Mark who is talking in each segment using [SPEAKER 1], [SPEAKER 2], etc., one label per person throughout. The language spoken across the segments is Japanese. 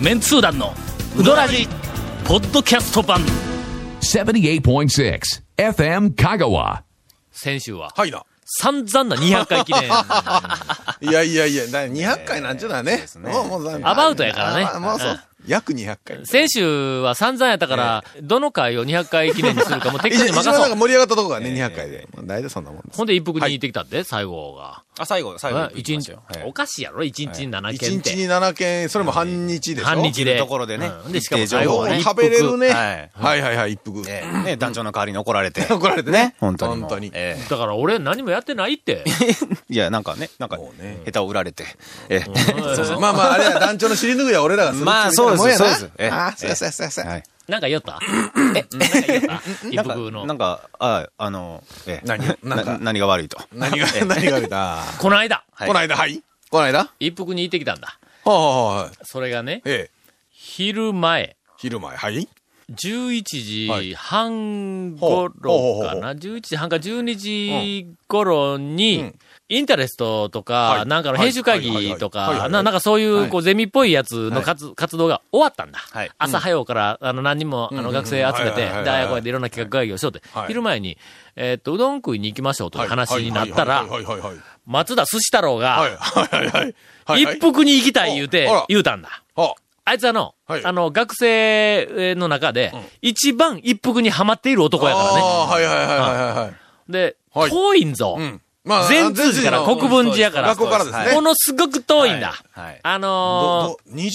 [SPEAKER 1] メンツー団のウドラジポッドキャスト版
[SPEAKER 2] 78.6 FM Kagawa.
[SPEAKER 3] 先週は。
[SPEAKER 4] はいな。
[SPEAKER 3] 散々な200回記念。
[SPEAKER 4] いやいやいや、だ200回なんじゃないね。もうもうだ
[SPEAKER 3] アバウトやからね
[SPEAKER 4] あもうそう。約200回。
[SPEAKER 3] 先週は散々やったから、どの回を200回記念にするかもう適
[SPEAKER 4] 一
[SPEAKER 3] 当に
[SPEAKER 4] 一番
[SPEAKER 3] 任
[SPEAKER 4] なん
[SPEAKER 3] そ
[SPEAKER 4] か
[SPEAKER 3] う。
[SPEAKER 4] 盛り上がったとこがね、200回で。まあ大体そんなもんです。
[SPEAKER 3] ほんで一服に行ってきたって、最後が。
[SPEAKER 5] あ、最後、最後。
[SPEAKER 3] え一日、おかしいやろ一日に7
[SPEAKER 4] 1
[SPEAKER 3] 件っ
[SPEAKER 4] 日
[SPEAKER 3] て。
[SPEAKER 4] に7件、それも半日でしょ
[SPEAKER 3] 半日
[SPEAKER 5] い
[SPEAKER 3] で
[SPEAKER 5] るところでね
[SPEAKER 3] うん。でしかも
[SPEAKER 5] 一定情
[SPEAKER 3] 最後
[SPEAKER 5] 報
[SPEAKER 3] は
[SPEAKER 5] を
[SPEAKER 3] ね
[SPEAKER 5] ね。
[SPEAKER 4] 食べれるね。
[SPEAKER 5] はい
[SPEAKER 4] はいはいはい、一服。
[SPEAKER 5] ええね、団長の代わりに怒られて。
[SPEAKER 4] 怒られてね。
[SPEAKER 5] 本当にもう。
[SPEAKER 4] 本当に
[SPEAKER 5] え
[SPEAKER 3] だから俺何もやってないって。
[SPEAKER 5] えいや、なんかね、なんか、下手を売られて。え え
[SPEAKER 4] そうそうまあまあ、あれは団長の尻拭いは俺らがする
[SPEAKER 5] まあ
[SPEAKER 4] っていもんやな
[SPEAKER 5] そうですそうですええ
[SPEAKER 4] ああ、そうやそうやそうやそうや。
[SPEAKER 5] はい。
[SPEAKER 3] なんか言おったえ、 なんか言おった一
[SPEAKER 5] なんか
[SPEAKER 3] 服、
[SPEAKER 5] なん
[SPEAKER 3] の。
[SPEAKER 5] か、あ、あの、ええ
[SPEAKER 4] 何なんか
[SPEAKER 5] な何が悪いと。
[SPEAKER 4] 何が、何が出た
[SPEAKER 3] この間、
[SPEAKER 5] はい
[SPEAKER 4] こないだ、はい。こないだは
[SPEAKER 3] 一服に行ってきたんだ。
[SPEAKER 4] あはあはあ
[SPEAKER 3] それがね、
[SPEAKER 4] ええ。
[SPEAKER 3] 昼前、
[SPEAKER 4] 昼前、はい。
[SPEAKER 3] 11
[SPEAKER 4] は
[SPEAKER 3] 時
[SPEAKER 4] い
[SPEAKER 3] 半
[SPEAKER 4] ほ
[SPEAKER 3] 頃
[SPEAKER 4] うほうほう
[SPEAKER 3] か
[SPEAKER 4] ほう
[SPEAKER 3] な、11時半か12時頃に、
[SPEAKER 4] うん
[SPEAKER 3] インタレストとか、
[SPEAKER 4] はい
[SPEAKER 3] なんかの編集会議と
[SPEAKER 4] はいはいはいはいはい
[SPEAKER 3] か、
[SPEAKER 4] はい
[SPEAKER 3] ななんかそういう、こう、ゼミっぽいやつの
[SPEAKER 5] はい
[SPEAKER 3] 活活動が終わったんだ。
[SPEAKER 5] はい
[SPEAKER 3] 朝早うから、あの、何人も、あの、学生集め
[SPEAKER 4] はいはい
[SPEAKER 3] て
[SPEAKER 4] はいは、い
[SPEAKER 3] 大学でいろんな企画会議をしようって
[SPEAKER 4] はい、
[SPEAKER 3] 昼前に、えーっと、うどん食いに行きましょうという話になったら、
[SPEAKER 4] はいはいはいはい
[SPEAKER 3] 松田寿司太郎
[SPEAKER 4] はい。
[SPEAKER 3] が、
[SPEAKER 4] はいはいはい。
[SPEAKER 3] 一服に行きたい言うて
[SPEAKER 4] おあら、
[SPEAKER 3] 言うたんだ。
[SPEAKER 4] あ
[SPEAKER 3] あいつあの、
[SPEAKER 4] はい
[SPEAKER 3] あの、学生の中で、一番一服にはまっている男やからね。
[SPEAKER 4] ああ、はいはいはいはいはい。
[SPEAKER 3] で、
[SPEAKER 4] はい
[SPEAKER 3] 遠いんぞ。
[SPEAKER 4] うん。ま
[SPEAKER 3] 全通寺から国分寺やから。
[SPEAKER 4] 学校からですね。
[SPEAKER 3] ものすごく遠いんだ。
[SPEAKER 5] はいはい
[SPEAKER 3] あの
[SPEAKER 4] どど20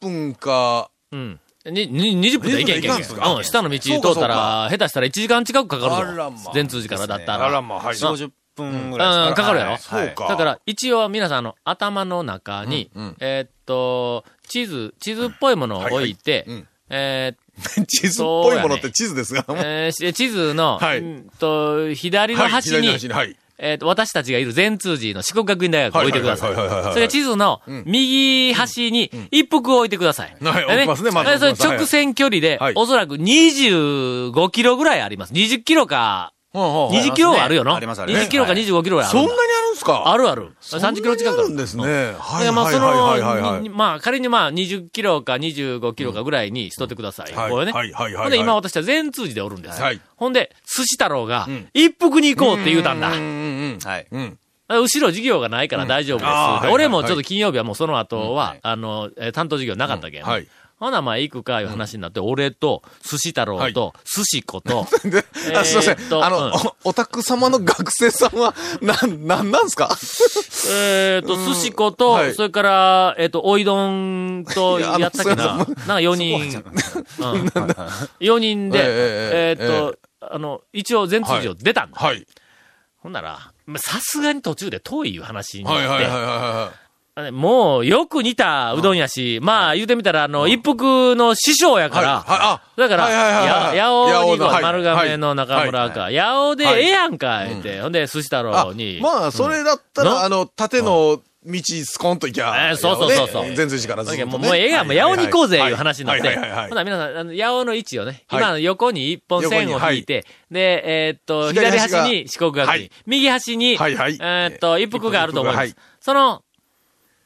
[SPEAKER 4] 分か、
[SPEAKER 3] ー、うん。に、に、20分で行けん行けん
[SPEAKER 4] 20分で行かんすか
[SPEAKER 3] うん、下の道
[SPEAKER 4] そうか
[SPEAKER 3] 通った
[SPEAKER 4] そう
[SPEAKER 3] ら、下手したら1時間近くかかる
[SPEAKER 4] あ
[SPEAKER 3] ぞ
[SPEAKER 4] らま。
[SPEAKER 3] 全通寺からだった
[SPEAKER 4] あら
[SPEAKER 3] ら。
[SPEAKER 4] まあ、はい。
[SPEAKER 5] 4、
[SPEAKER 4] そう
[SPEAKER 5] 50分ぐらいです
[SPEAKER 3] うん、かかるやろ。
[SPEAKER 4] そうか。
[SPEAKER 3] だから、一応皆さん、あの、頭の中に、
[SPEAKER 4] うんうん
[SPEAKER 3] えーっと、地図、地図っぽいものを置いて、
[SPEAKER 4] はいはいうん
[SPEAKER 3] えーっと
[SPEAKER 4] 地図っぽいものって地図です が、はい
[SPEAKER 3] えーし地図の、
[SPEAKER 4] はい
[SPEAKER 3] うんと左の端に、
[SPEAKER 4] 左の端に、はい。
[SPEAKER 3] えーと私たちがいる全通寺の四国学院大学を置いてください。
[SPEAKER 4] はいはいはいはいはい
[SPEAKER 3] それから地図の
[SPEAKER 4] ん
[SPEAKER 3] 右端に一服を置いてください。
[SPEAKER 4] は
[SPEAKER 3] で
[SPEAKER 4] い置きますねまず
[SPEAKER 3] でそれ
[SPEAKER 4] 置きますはい
[SPEAKER 3] 直線距離で、
[SPEAKER 4] はい
[SPEAKER 3] おそらく25キロぐらいあります。20キロか、20キロはあるよの、
[SPEAKER 5] ありますあります
[SPEAKER 3] 20キロか25キロぐらいあ
[SPEAKER 4] そ
[SPEAKER 3] る
[SPEAKER 4] ん
[SPEAKER 3] ん
[SPEAKER 4] な
[SPEAKER 3] だ
[SPEAKER 4] にあるんすか
[SPEAKER 3] あ
[SPEAKER 4] る。
[SPEAKER 3] るある。30キロ近く
[SPEAKER 4] あるんですね。はい
[SPEAKER 3] でまあ、
[SPEAKER 4] はい
[SPEAKER 3] そ
[SPEAKER 4] はいはいは
[SPEAKER 3] の、
[SPEAKER 4] い
[SPEAKER 3] に。まあ、仮にまあ、20キロか25キロかぐらいにしとってください。
[SPEAKER 4] はい
[SPEAKER 3] これね。
[SPEAKER 4] はいはいはいはい
[SPEAKER 3] ほんで、今私は全通寺でおるんです。
[SPEAKER 4] はい
[SPEAKER 3] ほんで、寿司太郎が、一服に行こうって言うたんだ。
[SPEAKER 4] うんうん
[SPEAKER 5] はい。
[SPEAKER 4] うん。うん。
[SPEAKER 3] 後ろ授業がないから大丈夫です。
[SPEAKER 4] うんあー
[SPEAKER 3] で
[SPEAKER 4] はい
[SPEAKER 3] 俺も
[SPEAKER 4] はい
[SPEAKER 3] ちょっと金曜日はもうその後は、あの、えー担当授業なかったけん。
[SPEAKER 4] うんはい
[SPEAKER 3] ほな、まあ、行くかいう話になって、俺と、寿司太郎と、寿司子と、
[SPEAKER 4] で、あ、すいません
[SPEAKER 3] えーっ。と
[SPEAKER 4] あ
[SPEAKER 3] うん
[SPEAKER 4] の、おお宅様の学生さんは、なん、なんなんすか
[SPEAKER 3] えっと、寿司子と、
[SPEAKER 4] はい
[SPEAKER 3] それから、えっ、と、おいどんと
[SPEAKER 4] いやあの
[SPEAKER 3] やったっけ
[SPEAKER 4] すい
[SPEAKER 3] な。な
[SPEAKER 4] ま
[SPEAKER 3] んか4人。うん、4人で、
[SPEAKER 4] え
[SPEAKER 3] え
[SPEAKER 4] えええ
[SPEAKER 3] ーっと、あの、一応全通常出たんだ。
[SPEAKER 4] はい。
[SPEAKER 3] ほんなら、まあさすがに途中で遠いいう話になっ
[SPEAKER 4] はい
[SPEAKER 3] て、
[SPEAKER 4] はいはいはいは
[SPEAKER 3] もうよく似たうどんやし、まあ言うてみたら、あの、一服の師匠や
[SPEAKER 4] い。
[SPEAKER 3] から、
[SPEAKER 4] はいはいあ
[SPEAKER 3] だから、
[SPEAKER 4] はいはいはいはい
[SPEAKER 3] や、八尾にこう
[SPEAKER 4] 八尾のはい
[SPEAKER 3] 丸亀の中村か、八尾でええやんか、言って、ほんで、寿司太郎に。
[SPEAKER 4] まあ、それだった
[SPEAKER 3] うん
[SPEAKER 4] ら、あの、縦の道スコンと行きゃ。
[SPEAKER 3] えーそうそうそうそう
[SPEAKER 4] ね全通寺からずっとね。
[SPEAKER 3] もう、もうええやん、もう、八尾に行こうぜ、いう話になって。
[SPEAKER 4] はいはいはいはい
[SPEAKER 3] ほな、皆さん、あの、八尾の位置をね、
[SPEAKER 4] はい
[SPEAKER 3] 今の横に一本線を
[SPEAKER 4] 横に
[SPEAKER 3] 引いて、で、えーっと、左
[SPEAKER 4] 左端
[SPEAKER 3] 端
[SPEAKER 4] が
[SPEAKER 3] に四国学院、
[SPEAKER 4] はい
[SPEAKER 3] 右端に、
[SPEAKER 4] はいはい
[SPEAKER 3] えーっと、一服があると思います。
[SPEAKER 4] 一服
[SPEAKER 3] その、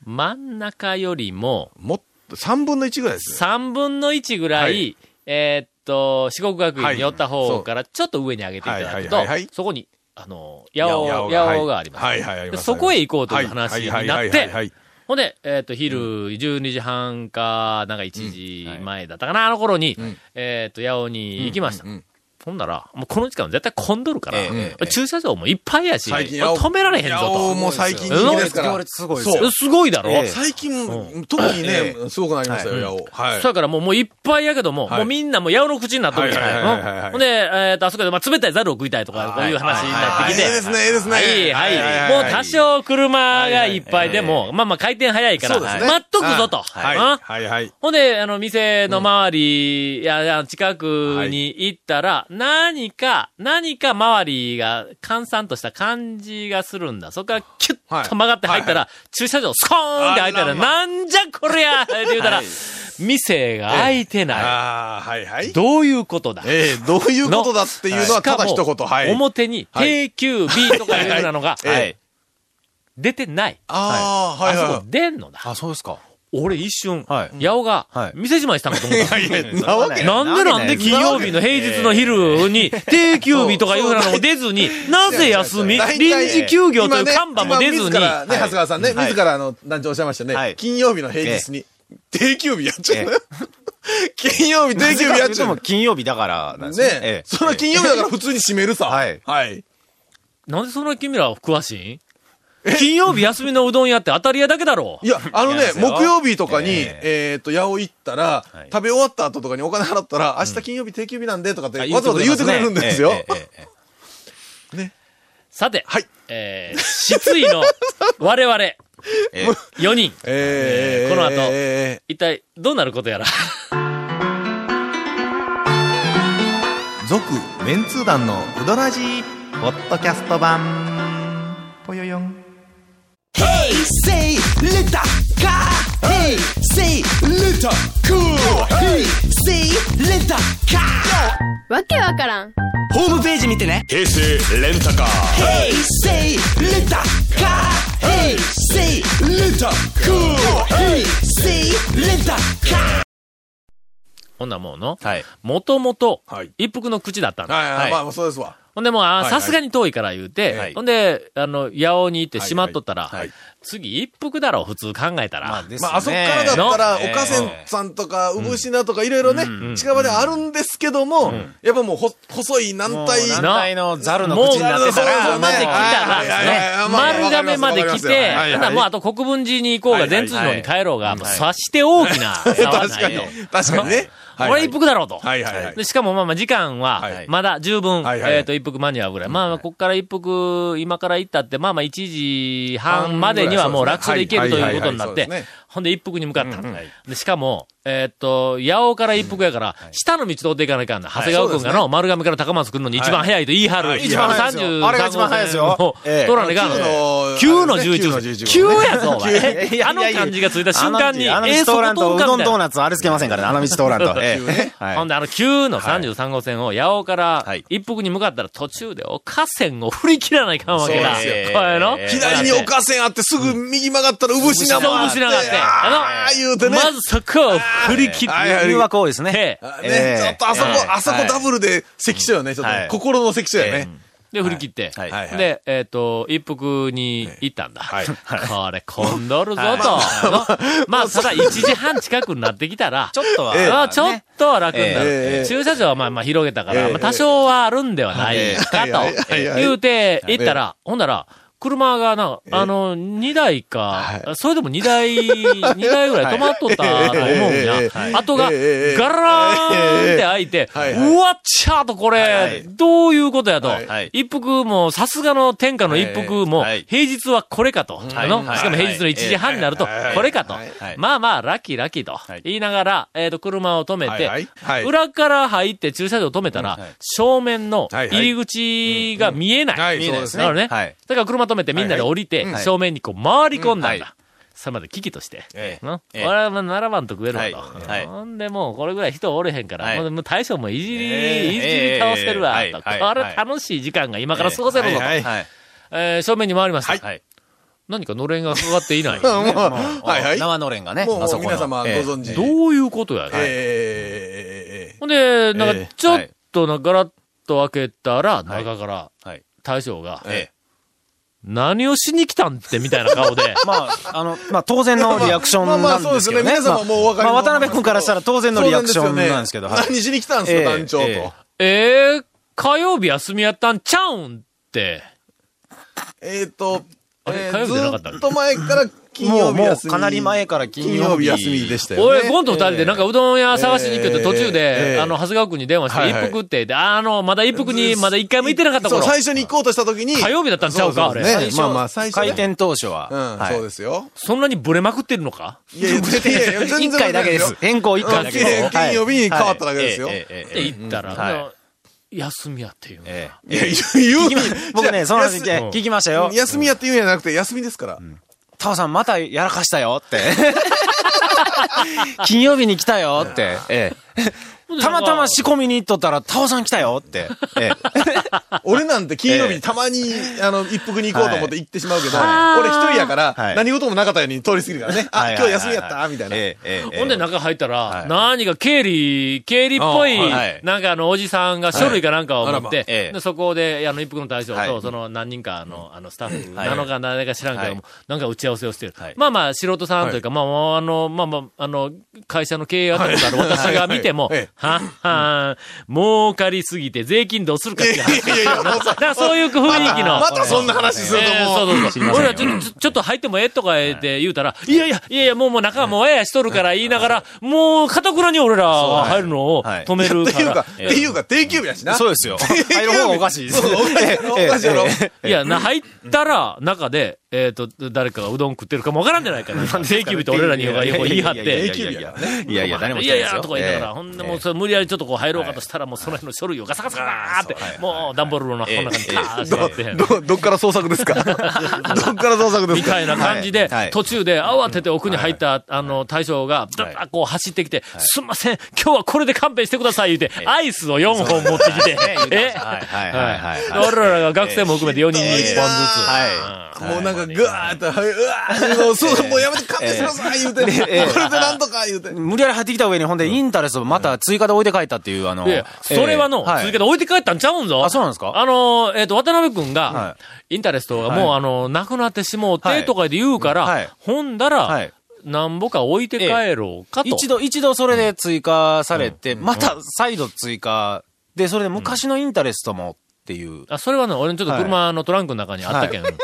[SPEAKER 3] 真ん中よりも、
[SPEAKER 4] もっと、3分の1ぐらいですね。
[SPEAKER 3] 三分の一ぐらい、
[SPEAKER 4] はい
[SPEAKER 3] えーっと、四国学院に寄った
[SPEAKER 4] は
[SPEAKER 3] 方
[SPEAKER 4] い
[SPEAKER 3] からちょっと上に上げていただくと、
[SPEAKER 4] はいはいはいはい
[SPEAKER 3] そこに、あの、八尾、
[SPEAKER 4] 八尾が
[SPEAKER 3] 八尾があります。
[SPEAKER 4] はいはいはいあります
[SPEAKER 3] でそこへ行こうという話にな
[SPEAKER 4] は
[SPEAKER 3] いっ
[SPEAKER 4] はいはいはいはいは
[SPEAKER 3] て
[SPEAKER 4] い、
[SPEAKER 3] ほんで、えーっと、昼12時半か、なんか1時前だったかな、あの頃に、えーっと、八尾に行きました。
[SPEAKER 4] うんうんうん
[SPEAKER 3] ほんなら、もうこの時間絶対混んどるから、
[SPEAKER 5] ええええ
[SPEAKER 3] 駐車場もいっぱいやし、
[SPEAKER 4] 最近八尾
[SPEAKER 3] 止められへんぞ
[SPEAKER 4] 八尾
[SPEAKER 3] と。
[SPEAKER 4] も最近人気ですから。
[SPEAKER 5] 行列すごいです
[SPEAKER 4] そう。
[SPEAKER 3] すごいだろ、
[SPEAKER 5] ええ
[SPEAKER 4] 最近、特にね、すごくなりましたよ、八尾。はい。
[SPEAKER 3] そうやからもう、もういっぱいやけども、
[SPEAKER 4] はい
[SPEAKER 3] もうみんなもう八尾の口になっとるじゃない
[SPEAKER 4] はいはいはいはいは
[SPEAKER 3] の
[SPEAKER 4] い
[SPEAKER 3] ほんで、えっと、あそこで、まあ、冷たいザルを食いたいとか、こういう話になってきて。
[SPEAKER 4] はいはいはいはいいいですねいいですね
[SPEAKER 3] はい、
[SPEAKER 4] はい
[SPEAKER 3] は。
[SPEAKER 4] はいい
[SPEAKER 3] も
[SPEAKER 4] は
[SPEAKER 3] う
[SPEAKER 4] い
[SPEAKER 3] 多少車がいっぱいでも、まあまあ回転早いから、
[SPEAKER 4] そうですね
[SPEAKER 3] 待っとくぞと。
[SPEAKER 4] はい。
[SPEAKER 3] うん
[SPEAKER 4] はいはい。
[SPEAKER 3] ほんで、あの、店の周り、いや、いや近くに行ったら、何か、何か周りが、閑散とした感じがするんだ。そこからキュッと曲がって入ったら、駐車場スコーンって開いたら、
[SPEAKER 4] あらま
[SPEAKER 3] なんじゃこりゃって言うたら、店が開いてな
[SPEAKER 4] ああ、はいはい
[SPEAKER 3] い。。どういうことだ
[SPEAKER 4] ええ、どういうことだっていうのは、ただ一言、はい。
[SPEAKER 3] 表に、
[SPEAKER 4] はい
[SPEAKER 3] 定休日とかいうようなのが、
[SPEAKER 4] はい
[SPEAKER 3] 出てない。
[SPEAKER 4] ああ、はい
[SPEAKER 3] あそ
[SPEAKER 4] は
[SPEAKER 3] こ出んのだ。
[SPEAKER 5] あ、そうですか。
[SPEAKER 3] 俺一瞬、
[SPEAKER 5] はい
[SPEAKER 3] 八尾が
[SPEAKER 5] はい、
[SPEAKER 3] 店じまいしたんかと思った。
[SPEAKER 5] なわけ
[SPEAKER 3] なんでなんで金曜日の平日の昼に定休日とかいうようなのも出ずに、なぜ休み、
[SPEAKER 4] 大体
[SPEAKER 3] 臨時休業とい
[SPEAKER 4] 今
[SPEAKER 3] う
[SPEAKER 4] ね
[SPEAKER 3] 看板も出ず
[SPEAKER 4] 今
[SPEAKER 3] に、
[SPEAKER 4] 自らね、
[SPEAKER 5] い
[SPEAKER 4] 長谷川さんね、
[SPEAKER 5] はい
[SPEAKER 4] 自らあの団長おっしゃいましたね、
[SPEAKER 5] はい
[SPEAKER 4] 金曜日の平日に、定休日やっちゃうのよ。 金曜日、
[SPEAKER 5] 定
[SPEAKER 4] 定
[SPEAKER 5] 休
[SPEAKER 4] 休
[SPEAKER 5] 日
[SPEAKER 4] 日
[SPEAKER 5] や
[SPEAKER 4] や
[SPEAKER 5] っ
[SPEAKER 4] っ
[SPEAKER 5] ち
[SPEAKER 4] ち
[SPEAKER 5] ゃ
[SPEAKER 4] ゃう
[SPEAKER 5] うの
[SPEAKER 4] の
[SPEAKER 5] も金曜日だからなんです
[SPEAKER 4] ね
[SPEAKER 5] ね。
[SPEAKER 4] え、その金曜日だから普通に閉めるさ。
[SPEAKER 5] はい
[SPEAKER 4] はい。
[SPEAKER 3] なんでそんな君ら詳しいん金曜日休みのうどん屋って当たり屋だけだろ
[SPEAKER 4] いや、あの
[SPEAKER 5] いや
[SPEAKER 4] ね
[SPEAKER 5] で、すよ
[SPEAKER 4] 木曜日とかに、
[SPEAKER 5] え
[SPEAKER 4] えーっと、八尾行ったら、
[SPEAKER 5] はい
[SPEAKER 4] 食べ終わった後とかにお金払ったら、明日金曜日定休日なんでとかって
[SPEAKER 3] あ、
[SPEAKER 4] わざわざ言うてくれるんですよ。
[SPEAKER 5] ええええええ
[SPEAKER 3] さて、
[SPEAKER 4] はい
[SPEAKER 3] えー、失意の我々
[SPEAKER 5] え
[SPEAKER 3] 4人、
[SPEAKER 4] え
[SPEAKER 3] こ
[SPEAKER 4] ー
[SPEAKER 3] の後
[SPEAKER 4] え
[SPEAKER 3] 一体どうなることやら。
[SPEAKER 5] 続、メンツー団のうどらじポッドキャスト版。ぽよよん。
[SPEAKER 6] Say letter K. Hey, say letter cool. Hey, say letter K.
[SPEAKER 7] わけわからん
[SPEAKER 6] ホームページ見てね。
[SPEAKER 8] 平成レンタカー
[SPEAKER 6] Hey, say letter K. Hey, say letter cool. Hey, say letter K.
[SPEAKER 3] ほんなもんの、
[SPEAKER 5] はい。
[SPEAKER 3] もともと
[SPEAKER 4] はい、
[SPEAKER 3] 一服の口だったん
[SPEAKER 4] ー
[SPEAKER 3] だ。
[SPEAKER 4] はいはい、
[SPEAKER 5] はい
[SPEAKER 4] まあ、そうですわ。
[SPEAKER 3] ほんでもう、あー
[SPEAKER 4] はいはい
[SPEAKER 3] さすがに遠いから言うて、
[SPEAKER 5] はい
[SPEAKER 3] ほんで、あの、八尾に行ってしまっとったら、
[SPEAKER 4] はいはいはい
[SPEAKER 3] 次一服だろ、普通考えたら。
[SPEAKER 5] まあ、ですね。
[SPEAKER 4] まあ、あそこからだったら、
[SPEAKER 5] ね
[SPEAKER 4] おかせんさんとか、うぶしなとか、いろいろね、近場であるんですけども、やっぱもうほ、細い軟
[SPEAKER 5] もう
[SPEAKER 4] 体、
[SPEAKER 5] 軟
[SPEAKER 3] な
[SPEAKER 5] 体のザルの
[SPEAKER 3] もう
[SPEAKER 5] 口になってた
[SPEAKER 4] そ
[SPEAKER 5] ら、
[SPEAKER 4] う
[SPEAKER 3] まで来たら
[SPEAKER 4] はいはいはいは
[SPEAKER 3] ね、
[SPEAKER 4] い
[SPEAKER 3] 丸亀まで
[SPEAKER 4] わかり
[SPEAKER 3] 来て、
[SPEAKER 4] ますわかりますはいはい
[SPEAKER 3] ほんならもうあと国分寺に行こうが、
[SPEAKER 4] はいはい
[SPEAKER 3] 全通路に帰ろうが、もう察して大きな差は
[SPEAKER 4] 確
[SPEAKER 3] な
[SPEAKER 4] か
[SPEAKER 3] い
[SPEAKER 4] に
[SPEAKER 3] と。、
[SPEAKER 4] 確かにね。
[SPEAKER 3] これ一服だろうと。
[SPEAKER 4] はいはいはい
[SPEAKER 3] でしかもまあまあ時間
[SPEAKER 4] は、
[SPEAKER 3] はいまだ十分、
[SPEAKER 4] はいはいはい
[SPEAKER 3] えっと、一服間に合うぐらい。まあまあ、ここから一服、今から行ったって、まあまあ、1時半までにはもう楽勝で行けるということになっ
[SPEAKER 4] はい
[SPEAKER 3] て
[SPEAKER 4] はいはいそうですね、
[SPEAKER 3] ほんで一服に向かった。で、しかも、えっと、八尾から一服やから、下の道通っていかないかんな。長谷川
[SPEAKER 4] そう
[SPEAKER 3] 君
[SPEAKER 4] で
[SPEAKER 3] が
[SPEAKER 4] すね
[SPEAKER 3] の丸亀から高松来るのに一番早いと言い張る。
[SPEAKER 4] はい
[SPEAKER 3] 一番
[SPEAKER 5] はい
[SPEAKER 3] 30、
[SPEAKER 5] あれが一番早いですよええ
[SPEAKER 3] 取らねがんの。9の
[SPEAKER 4] 9の
[SPEAKER 3] 11
[SPEAKER 4] 11
[SPEAKER 3] 号
[SPEAKER 4] 号
[SPEAKER 3] 線。
[SPEAKER 4] ね
[SPEAKER 3] 9やぞ、お前
[SPEAKER 5] いや
[SPEAKER 3] あ
[SPEAKER 5] い
[SPEAKER 3] の
[SPEAKER 5] やいや
[SPEAKER 3] 漢字がついた瞬間に、
[SPEAKER 5] あの
[SPEAKER 3] ええ、そ
[SPEAKER 5] 道通
[SPEAKER 3] こ
[SPEAKER 5] らん
[SPEAKER 3] 飛
[SPEAKER 5] と、
[SPEAKER 3] ぶ
[SPEAKER 5] う
[SPEAKER 3] か
[SPEAKER 5] ど
[SPEAKER 3] みた
[SPEAKER 5] ん
[SPEAKER 3] い
[SPEAKER 5] ドー
[SPEAKER 3] な。
[SPEAKER 5] ナツあれつけませんからね、あの道通らん と。ええはい
[SPEAKER 3] ほんで、あの、9の33号線を八尾から
[SPEAKER 5] はい
[SPEAKER 3] 一服に向かったら途中でお河川を振り切らないかんわけだ。
[SPEAKER 4] そう
[SPEAKER 5] ですよ
[SPEAKER 3] こういうの
[SPEAKER 5] えー
[SPEAKER 4] 左におかせんあって、すぐ右曲がったら、うぶしなもあ
[SPEAKER 3] そう
[SPEAKER 4] っ
[SPEAKER 3] 失
[SPEAKER 4] て。
[SPEAKER 3] ながって。
[SPEAKER 4] あ
[SPEAKER 3] あ
[SPEAKER 4] ー言うて
[SPEAKER 3] の、
[SPEAKER 4] ね。
[SPEAKER 3] まずそこを振り切っ
[SPEAKER 4] はいはい
[SPEAKER 5] 誘
[SPEAKER 3] て、
[SPEAKER 5] 惑多いですね
[SPEAKER 3] え。
[SPEAKER 4] あね
[SPEAKER 5] ええ、
[SPEAKER 4] ちょっとあそこ
[SPEAKER 5] ええ、
[SPEAKER 4] あそこダブルで関所よね、ちょっと
[SPEAKER 5] はい
[SPEAKER 4] 心の関所よね。
[SPEAKER 3] で、振り切って。
[SPEAKER 5] はい
[SPEAKER 4] はいはい
[SPEAKER 3] で、えっと、一服に行ったんだ。 これ、混んどるぞと。
[SPEAKER 5] はい
[SPEAKER 3] のまあ、ただ1時半近くになってきた ら、
[SPEAKER 5] ちょっとは、
[SPEAKER 4] ええ
[SPEAKER 3] ああちょっとは楽になる。
[SPEAKER 4] ええ
[SPEAKER 3] 駐車場はまあまあ広げたから、
[SPEAKER 4] ええ
[SPEAKER 3] まあ、多少はあるんではないか
[SPEAKER 4] ええ
[SPEAKER 3] と
[SPEAKER 4] はいはいはい
[SPEAKER 3] 言うて行ったら、ほんなら、車がな、あの、2台か、それでも2台、2台ぐらい止まっとったと思うん
[SPEAKER 4] えええええ
[SPEAKER 3] や。あとが、ガラ
[SPEAKER 4] ええええ
[SPEAKER 3] ーンって開いて、
[SPEAKER 4] はいはいう
[SPEAKER 3] わっちゃーとこれ、どういうことやと
[SPEAKER 5] はい。
[SPEAKER 3] 一服も、さすがの天下の一服も
[SPEAKER 5] ええはい、
[SPEAKER 3] 平日はこれかと。
[SPEAKER 5] はい
[SPEAKER 3] あの、
[SPEAKER 5] はい
[SPEAKER 3] しかも平日の1時半になると
[SPEAKER 4] はいは、い
[SPEAKER 3] これかと
[SPEAKER 4] はい。
[SPEAKER 5] はい
[SPEAKER 3] まあまあ、ラッキーラッキーと
[SPEAKER 5] い
[SPEAKER 3] 言いながら、えっ、と、車を止めて、
[SPEAKER 4] はいはいはい
[SPEAKER 3] 裏から入って駐車場を止めたら、
[SPEAKER 5] うんはい
[SPEAKER 3] 正面の
[SPEAKER 4] はいはい
[SPEAKER 3] 入り口が見えない。
[SPEAKER 4] はい
[SPEAKER 5] 見えないですね
[SPEAKER 3] だからね、
[SPEAKER 5] はい
[SPEAKER 3] だから車止めてみんなで降りて、
[SPEAKER 5] はい
[SPEAKER 3] 正面にこう回り込んだんだ。
[SPEAKER 5] うんはい
[SPEAKER 3] それまで危機として。
[SPEAKER 5] ええ
[SPEAKER 3] な
[SPEAKER 5] ええ
[SPEAKER 3] 俺はまあ並ばんと食えるわと。
[SPEAKER 5] はいはい
[SPEAKER 3] ほんでもうこれぐらい人おれへんから、
[SPEAKER 5] はい
[SPEAKER 3] もうもう大将もいじり、
[SPEAKER 5] ええ
[SPEAKER 3] いじり倒せるわと、
[SPEAKER 5] ええはいはい
[SPEAKER 3] これ
[SPEAKER 5] はい
[SPEAKER 3] 楽しい時間が今から過ごせるぞと。
[SPEAKER 5] はいはい
[SPEAKER 3] えー正面に回りました。
[SPEAKER 5] はい
[SPEAKER 3] 何かのれんがかかっていない。
[SPEAKER 4] もうはいはい。
[SPEAKER 5] 生のれんがね、
[SPEAKER 4] も
[SPEAKER 5] あそうこの
[SPEAKER 4] 皆様ご
[SPEAKER 5] ええ
[SPEAKER 4] 存知。
[SPEAKER 3] どういうことやね、
[SPEAKER 4] ええ
[SPEAKER 3] ほんで、なん
[SPEAKER 5] え
[SPEAKER 3] か
[SPEAKER 5] え、
[SPEAKER 3] ちょっとな、ガラッと開けたら、中から
[SPEAKER 5] はい、
[SPEAKER 3] 大将が、
[SPEAKER 5] ええ
[SPEAKER 3] 何をしに来たんって、みたいな顔で。
[SPEAKER 5] まあ、あの、まあ、当然のリアクションなんですけどね。
[SPEAKER 4] まあまあそうですね皆様もうお分かりの
[SPEAKER 5] まあまあ渡辺君からしたら当然のリアクションなんですけど、
[SPEAKER 4] そう
[SPEAKER 5] はい
[SPEAKER 4] 何しに来たんですか、
[SPEAKER 5] ええ
[SPEAKER 4] 団長
[SPEAKER 5] ええ
[SPEAKER 4] と。
[SPEAKER 3] えー、火曜日休みやったんちゃうんって。
[SPEAKER 4] えっと、
[SPEAKER 3] あれ
[SPEAKER 4] え
[SPEAKER 3] 火曜
[SPEAKER 4] ー
[SPEAKER 3] 日じゃなかった
[SPEAKER 4] ずっと前から金
[SPEAKER 5] もう、
[SPEAKER 4] 曜日
[SPEAKER 5] も
[SPEAKER 4] 休
[SPEAKER 5] う
[SPEAKER 4] み。
[SPEAKER 5] かなり前から金
[SPEAKER 4] 金
[SPEAKER 5] 曜
[SPEAKER 4] 曜日
[SPEAKER 5] 日。
[SPEAKER 4] 休みでしたよ
[SPEAKER 3] 俺、
[SPEAKER 4] ね。
[SPEAKER 3] 今度二人でなんかうどん屋探しに行くって
[SPEAKER 4] ええ
[SPEAKER 3] 途中
[SPEAKER 4] え
[SPEAKER 3] で、
[SPEAKER 4] え
[SPEAKER 3] あの、長谷川君に電話して、
[SPEAKER 4] はい
[SPEAKER 3] 一
[SPEAKER 4] はい
[SPEAKER 3] 服って、であの、まだ一服に、まだ一回も行ってなかった
[SPEAKER 4] そう、
[SPEAKER 3] 頃。
[SPEAKER 4] 最初に行こうとした時に。
[SPEAKER 3] 火曜日だったんちゃうか
[SPEAKER 4] そそ
[SPEAKER 3] あ
[SPEAKER 4] ねまあまあ、最初
[SPEAKER 5] 開
[SPEAKER 4] ね。
[SPEAKER 5] 店当初は。
[SPEAKER 4] うん、
[SPEAKER 5] はい
[SPEAKER 4] そうですよ。
[SPEAKER 3] そんなにブレまくってるのか
[SPEAKER 4] いやいや、全然いや全然
[SPEAKER 5] 一回だけです。変更一回だけです
[SPEAKER 4] う
[SPEAKER 5] よ。
[SPEAKER 4] ん金曜日に変わっただけですよ
[SPEAKER 5] はいえええ
[SPEAKER 3] っ
[SPEAKER 5] ええ
[SPEAKER 3] て
[SPEAKER 5] え
[SPEAKER 3] 言ったら、
[SPEAKER 5] はい
[SPEAKER 3] あの休みやっていうの。
[SPEAKER 5] ええ
[SPEAKER 4] いや、言うに
[SPEAKER 5] 僕ね、その話
[SPEAKER 4] じゃあ
[SPEAKER 5] ね聞きましたよ
[SPEAKER 4] 休。休みやって言うんじゃなくて、休みですから。
[SPEAKER 5] タオさんまたやら かしたよって。金曜日に来たよって。ええ
[SPEAKER 8] たまたま仕込みに行っとったら、タオさん来たよって。ええ
[SPEAKER 4] 俺なんて金曜日にたまに、あの、一服に行こうと思って行ってしまうけど、俺一人やから、
[SPEAKER 5] はい
[SPEAKER 4] 何事もなかったように通り過ぎるからね。 あ、
[SPEAKER 5] はい
[SPEAKER 4] 今日休みやった、みたいな。
[SPEAKER 5] ええええ
[SPEAKER 3] ほんで中入ったら、何か経理、経理っぽい
[SPEAKER 8] あはい、
[SPEAKER 3] なんかあの、おじさんが書類かなんかを持
[SPEAKER 8] は
[SPEAKER 3] っ
[SPEAKER 8] いあらま
[SPEAKER 3] て
[SPEAKER 8] え、え
[SPEAKER 3] でそこで、あの、一服の大将
[SPEAKER 5] はい
[SPEAKER 3] と、その何人かの、あの、スタッフ
[SPEAKER 8] はい
[SPEAKER 3] なのか誰か知らんけども、なんか打ち合わせをしてる
[SPEAKER 8] はい。
[SPEAKER 3] まあまあ、素人さんというか、まあまあ、あの、まあまあ、あの、会社の経営がとかある私が見ても
[SPEAKER 4] はいはい、
[SPEAKER 3] はっはーん、儲かりすぎて税金どうするかっていう話。
[SPEAKER 4] いやいやいや、もう
[SPEAKER 3] だ
[SPEAKER 4] さ
[SPEAKER 3] からそういう雰囲気の。
[SPEAKER 4] またそんな話する
[SPEAKER 3] えー
[SPEAKER 4] と
[SPEAKER 3] そう
[SPEAKER 4] もう。
[SPEAKER 3] そうそう。俺らちょっと、ちょっと入ってもええとかえって言うたら、いやいや、いやいや、もうもう中はもうわややしとるから言いながら、もう、かたくなに俺らは入るのを止める
[SPEAKER 4] って
[SPEAKER 3] か
[SPEAKER 4] いうか、っ
[SPEAKER 3] ら。
[SPEAKER 4] ていうか、定休日やしな。
[SPEAKER 8] そうです よ。入る方がおかしいです。
[SPEAKER 4] おかしいおかしいやろ。
[SPEAKER 3] いや、な、入ったら、中で、えっと、誰かがうどん食ってるかもわからんじゃないかな。定休日と俺らに言い張っ
[SPEAKER 8] いやい
[SPEAKER 3] て。
[SPEAKER 8] やいやいや、いやいや、誰も
[SPEAKER 3] い
[SPEAKER 8] 来
[SPEAKER 3] や
[SPEAKER 8] て
[SPEAKER 3] い
[SPEAKER 8] ないです
[SPEAKER 3] や、
[SPEAKER 8] よ
[SPEAKER 3] とか言いながら、ほんでもうそれ無理やりちょっとこう入ろうかとしたら、もうその辺の書類をガサガサガーって、もう段ボールの箱の中にガーってやって。
[SPEAKER 4] ど、どっから創作で すかどっから創作ですか
[SPEAKER 3] みたいな感じで
[SPEAKER 5] はいはい、
[SPEAKER 3] 途中で慌てて奥に入った、あの、大将が、だーこう走ってきて、すんません、今日はこれで勘弁してください、言うて、アイスを4本持ってきて、え
[SPEAKER 8] はいはいはい
[SPEAKER 3] は
[SPEAKER 8] はいい。
[SPEAKER 3] で俺らが学生も含めて4人に1本ずつ。
[SPEAKER 8] は
[SPEAKER 4] もうなんか、ぐわーっと、はいうわーもうそう、もうやめて勘弁してください、言うて。これでなんとか言うて
[SPEAKER 8] い。。無理やり入ってきた上に、ほんで、インタレストまた追加で置いて帰ったっていう、あの
[SPEAKER 3] いや、それはの、
[SPEAKER 8] ええ
[SPEAKER 3] 続けて置いて帰ったんちゃうんぞ。
[SPEAKER 8] あそうなんですか
[SPEAKER 3] あの、えっ、と、渡辺くんが、
[SPEAKER 8] は
[SPEAKER 3] インタレストがもう、あの、なくなってしもう
[SPEAKER 8] は
[SPEAKER 3] て、
[SPEAKER 8] い
[SPEAKER 3] とかで言うから、
[SPEAKER 8] はい
[SPEAKER 3] ほんだら、
[SPEAKER 8] はい
[SPEAKER 3] なんぼか置いて帰ろうかと。
[SPEAKER 8] 一度、一度それで追加されて、また再度追加、で、それで昔のインタレストもっていう。
[SPEAKER 3] あ、それはね、俺のちょっと車のトランクの中にあったけん。重い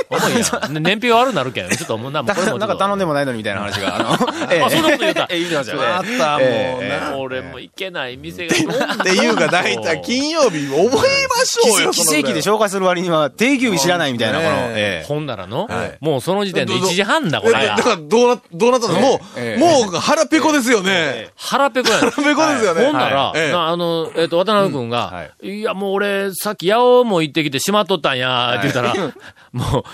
[SPEAKER 3] やん。ね燃費悪なるけん。ちょっともうな、もう
[SPEAKER 8] だ
[SPEAKER 3] これもちょっと
[SPEAKER 8] なんか頼んでもないのにみたいな話が、あの、ええ
[SPEAKER 3] あ、そんなこと言うた。
[SPEAKER 8] ええ言ってましたよ
[SPEAKER 4] あっ
[SPEAKER 8] ね。
[SPEAKER 4] た、もうな。
[SPEAKER 3] 俺も行けない店がどんどん
[SPEAKER 4] っていうか、大体金曜日覚えましょうよ。
[SPEAKER 8] 奇跡で紹介する割には、定休日知らないみたいな、この、
[SPEAKER 4] ね
[SPEAKER 8] ええ
[SPEAKER 3] ほんならの、
[SPEAKER 4] はい
[SPEAKER 3] もうその時点で
[SPEAKER 4] ど
[SPEAKER 3] 1
[SPEAKER 4] うぞ
[SPEAKER 3] 時半だ、こ
[SPEAKER 4] え
[SPEAKER 3] れ
[SPEAKER 4] だ
[SPEAKER 3] が
[SPEAKER 4] か。ら、どうな、どうなったのも
[SPEAKER 8] え
[SPEAKER 4] う、
[SPEAKER 8] え
[SPEAKER 4] もう腹ペコですよね。
[SPEAKER 3] 腹ペコやん。
[SPEAKER 4] 腹ペコですよね。
[SPEAKER 3] ほんなら、
[SPEAKER 4] はいええ
[SPEAKER 3] なあの、えっ、と、渡辺くんが、い、や、もう俺、さっき八尾も行ってきてしまっとったんや、って言ったら、 もう、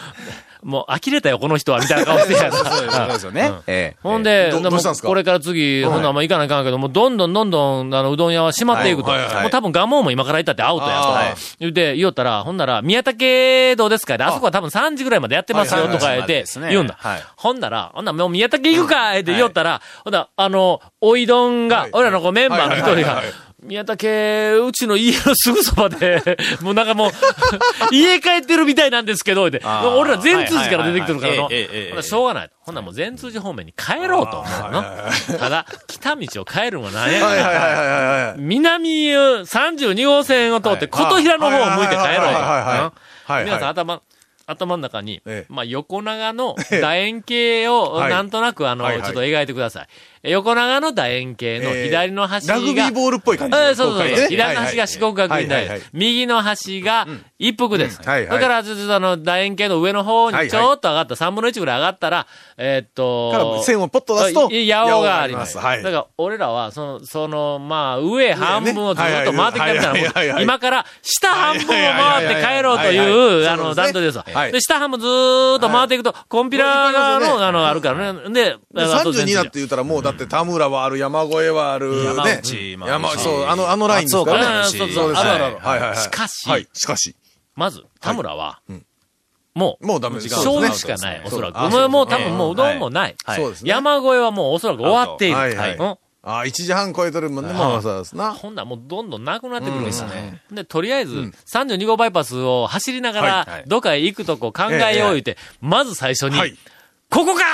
[SPEAKER 3] もう呆れたよ、この人は、みたいな顔してや
[SPEAKER 8] そうですよね。ええ
[SPEAKER 3] ほんで、
[SPEAKER 4] ど
[SPEAKER 3] な
[SPEAKER 4] どうしたんすか
[SPEAKER 3] もこれから次、ほんならもう行かないかんけど、もうどんどんどんどん、あの、うどん屋は閉まっていくと。
[SPEAKER 4] はいはいはい
[SPEAKER 3] もう多分、ガモも今から行ったってアウトやと。
[SPEAKER 4] あーはい
[SPEAKER 3] 言うて、言おったら、ほんなら、宮武どうですかであそこは多分3時ぐらいまでやってますよ、
[SPEAKER 8] はいは
[SPEAKER 3] と
[SPEAKER 8] い
[SPEAKER 3] か言っ
[SPEAKER 8] そう
[SPEAKER 3] て
[SPEAKER 8] ですね、
[SPEAKER 3] 言うんだ
[SPEAKER 8] はい。
[SPEAKER 3] ほんなら、ほんならもう宮武行くかって言おったら、ほんなら、あの、おいどんが、俺らのこうメンバーの一人が、宮武、うちの家のすぐそばで、 もうなんかもう、家帰ってるみたいなんですけど、言うて
[SPEAKER 8] あー
[SPEAKER 3] 俺ら全通寺から出てきてるからの、
[SPEAKER 8] はいはいはいええええええ
[SPEAKER 3] ほんならしょうがないと。ほんならもう全通寺方面に帰ろうと思うの。ただ、北道を帰るもなんやか
[SPEAKER 4] はい
[SPEAKER 3] ら
[SPEAKER 4] はいはいはいはい。
[SPEAKER 3] 南を32号線を通って、琴平の方を向いて帰ろうよ
[SPEAKER 4] はいはいはいはいはいはいは
[SPEAKER 3] う
[SPEAKER 4] い
[SPEAKER 3] ん皆さん頭、頭の中に
[SPEAKER 4] ええ、
[SPEAKER 3] まあ横長の楕円形を、
[SPEAKER 4] はい
[SPEAKER 3] なんとなくあの、
[SPEAKER 4] はい
[SPEAKER 3] ちょ
[SPEAKER 4] はい
[SPEAKER 3] っと描いてください。横長の楕円形の左の端が、
[SPEAKER 4] ラグビーボールっぽい感じ。
[SPEAKER 3] ええそうそうそ
[SPEAKER 4] こ
[SPEAKER 3] う。
[SPEAKER 4] ね
[SPEAKER 3] 左の端が四国学院大
[SPEAKER 4] はいはい
[SPEAKER 3] 学
[SPEAKER 4] は。
[SPEAKER 3] 右の端が一服です。
[SPEAKER 4] う
[SPEAKER 3] だ
[SPEAKER 4] んはいはい
[SPEAKER 3] から、ちょっとあの、楕円形の上の方にちょっと上がった、3分の1ぐらい上がったら、えーっ
[SPEAKER 4] いから
[SPEAKER 3] と、
[SPEAKER 4] 線をポッと出すと
[SPEAKER 3] いい八尾があります。
[SPEAKER 4] 八尾がありますはい
[SPEAKER 3] だから、俺らは、その、その、まあ、上半分をずっと回ってきたみたいな
[SPEAKER 4] はいはいはいは
[SPEAKER 3] も
[SPEAKER 4] いはいは
[SPEAKER 3] ん、
[SPEAKER 4] い
[SPEAKER 3] 今から、下半分を回って帰ろうと、
[SPEAKER 4] はいはいはいはいはいはいいう
[SPEAKER 3] あの、
[SPEAKER 4] そう
[SPEAKER 3] 段
[SPEAKER 4] ですね
[SPEAKER 3] 取りですわ。
[SPEAKER 4] はい
[SPEAKER 3] で、下半分ずーっと回っていくと、コンピラ側
[SPEAKER 4] もういっぱいありますよ
[SPEAKER 3] の、
[SPEAKER 4] ね
[SPEAKER 3] あの、あるからね。で、
[SPEAKER 4] で32になっ
[SPEAKER 3] あ
[SPEAKER 4] て言ったらもうだって田村はある、山越えはある、
[SPEAKER 8] 山
[SPEAKER 4] ね
[SPEAKER 8] 内。もあるし
[SPEAKER 4] 山内、そう、あの、あのラインです
[SPEAKER 8] 松
[SPEAKER 4] か
[SPEAKER 8] 岡も
[SPEAKER 4] らね。
[SPEAKER 3] あ
[SPEAKER 8] あ
[SPEAKER 3] ー
[SPEAKER 8] る
[SPEAKER 3] そう
[SPEAKER 4] そ
[SPEAKER 3] そうう、
[SPEAKER 4] です
[SPEAKER 3] あるあ
[SPEAKER 4] ね
[SPEAKER 3] るある。
[SPEAKER 4] はいはいはい
[SPEAKER 3] しかし
[SPEAKER 4] はい、しかし。
[SPEAKER 3] まず、田村は
[SPEAKER 4] ん、
[SPEAKER 3] もう、
[SPEAKER 4] もうダメです。
[SPEAKER 3] 正
[SPEAKER 4] そうで
[SPEAKER 3] 直
[SPEAKER 4] す
[SPEAKER 3] し
[SPEAKER 4] ね
[SPEAKER 3] かない、おそらく。
[SPEAKER 4] そうです
[SPEAKER 3] もう、もう
[SPEAKER 8] そ
[SPEAKER 3] 多
[SPEAKER 8] うです
[SPEAKER 3] 分もううどんもない。
[SPEAKER 8] はい
[SPEAKER 4] そうですね。
[SPEAKER 3] 山越えはもうおそらく終わっている。
[SPEAKER 4] はいはい
[SPEAKER 3] うん
[SPEAKER 4] ああ、1時半超えてるもんね。まあそうですな。
[SPEAKER 3] ほんならもうどんどんなくなってくるんですよね。で、とりあえず、32号バイパスを走りなが
[SPEAKER 8] はいは
[SPEAKER 3] ら
[SPEAKER 8] い、
[SPEAKER 3] どっかへ行くとこ考えよう言うて、まず最初に
[SPEAKER 4] はい、
[SPEAKER 3] ここか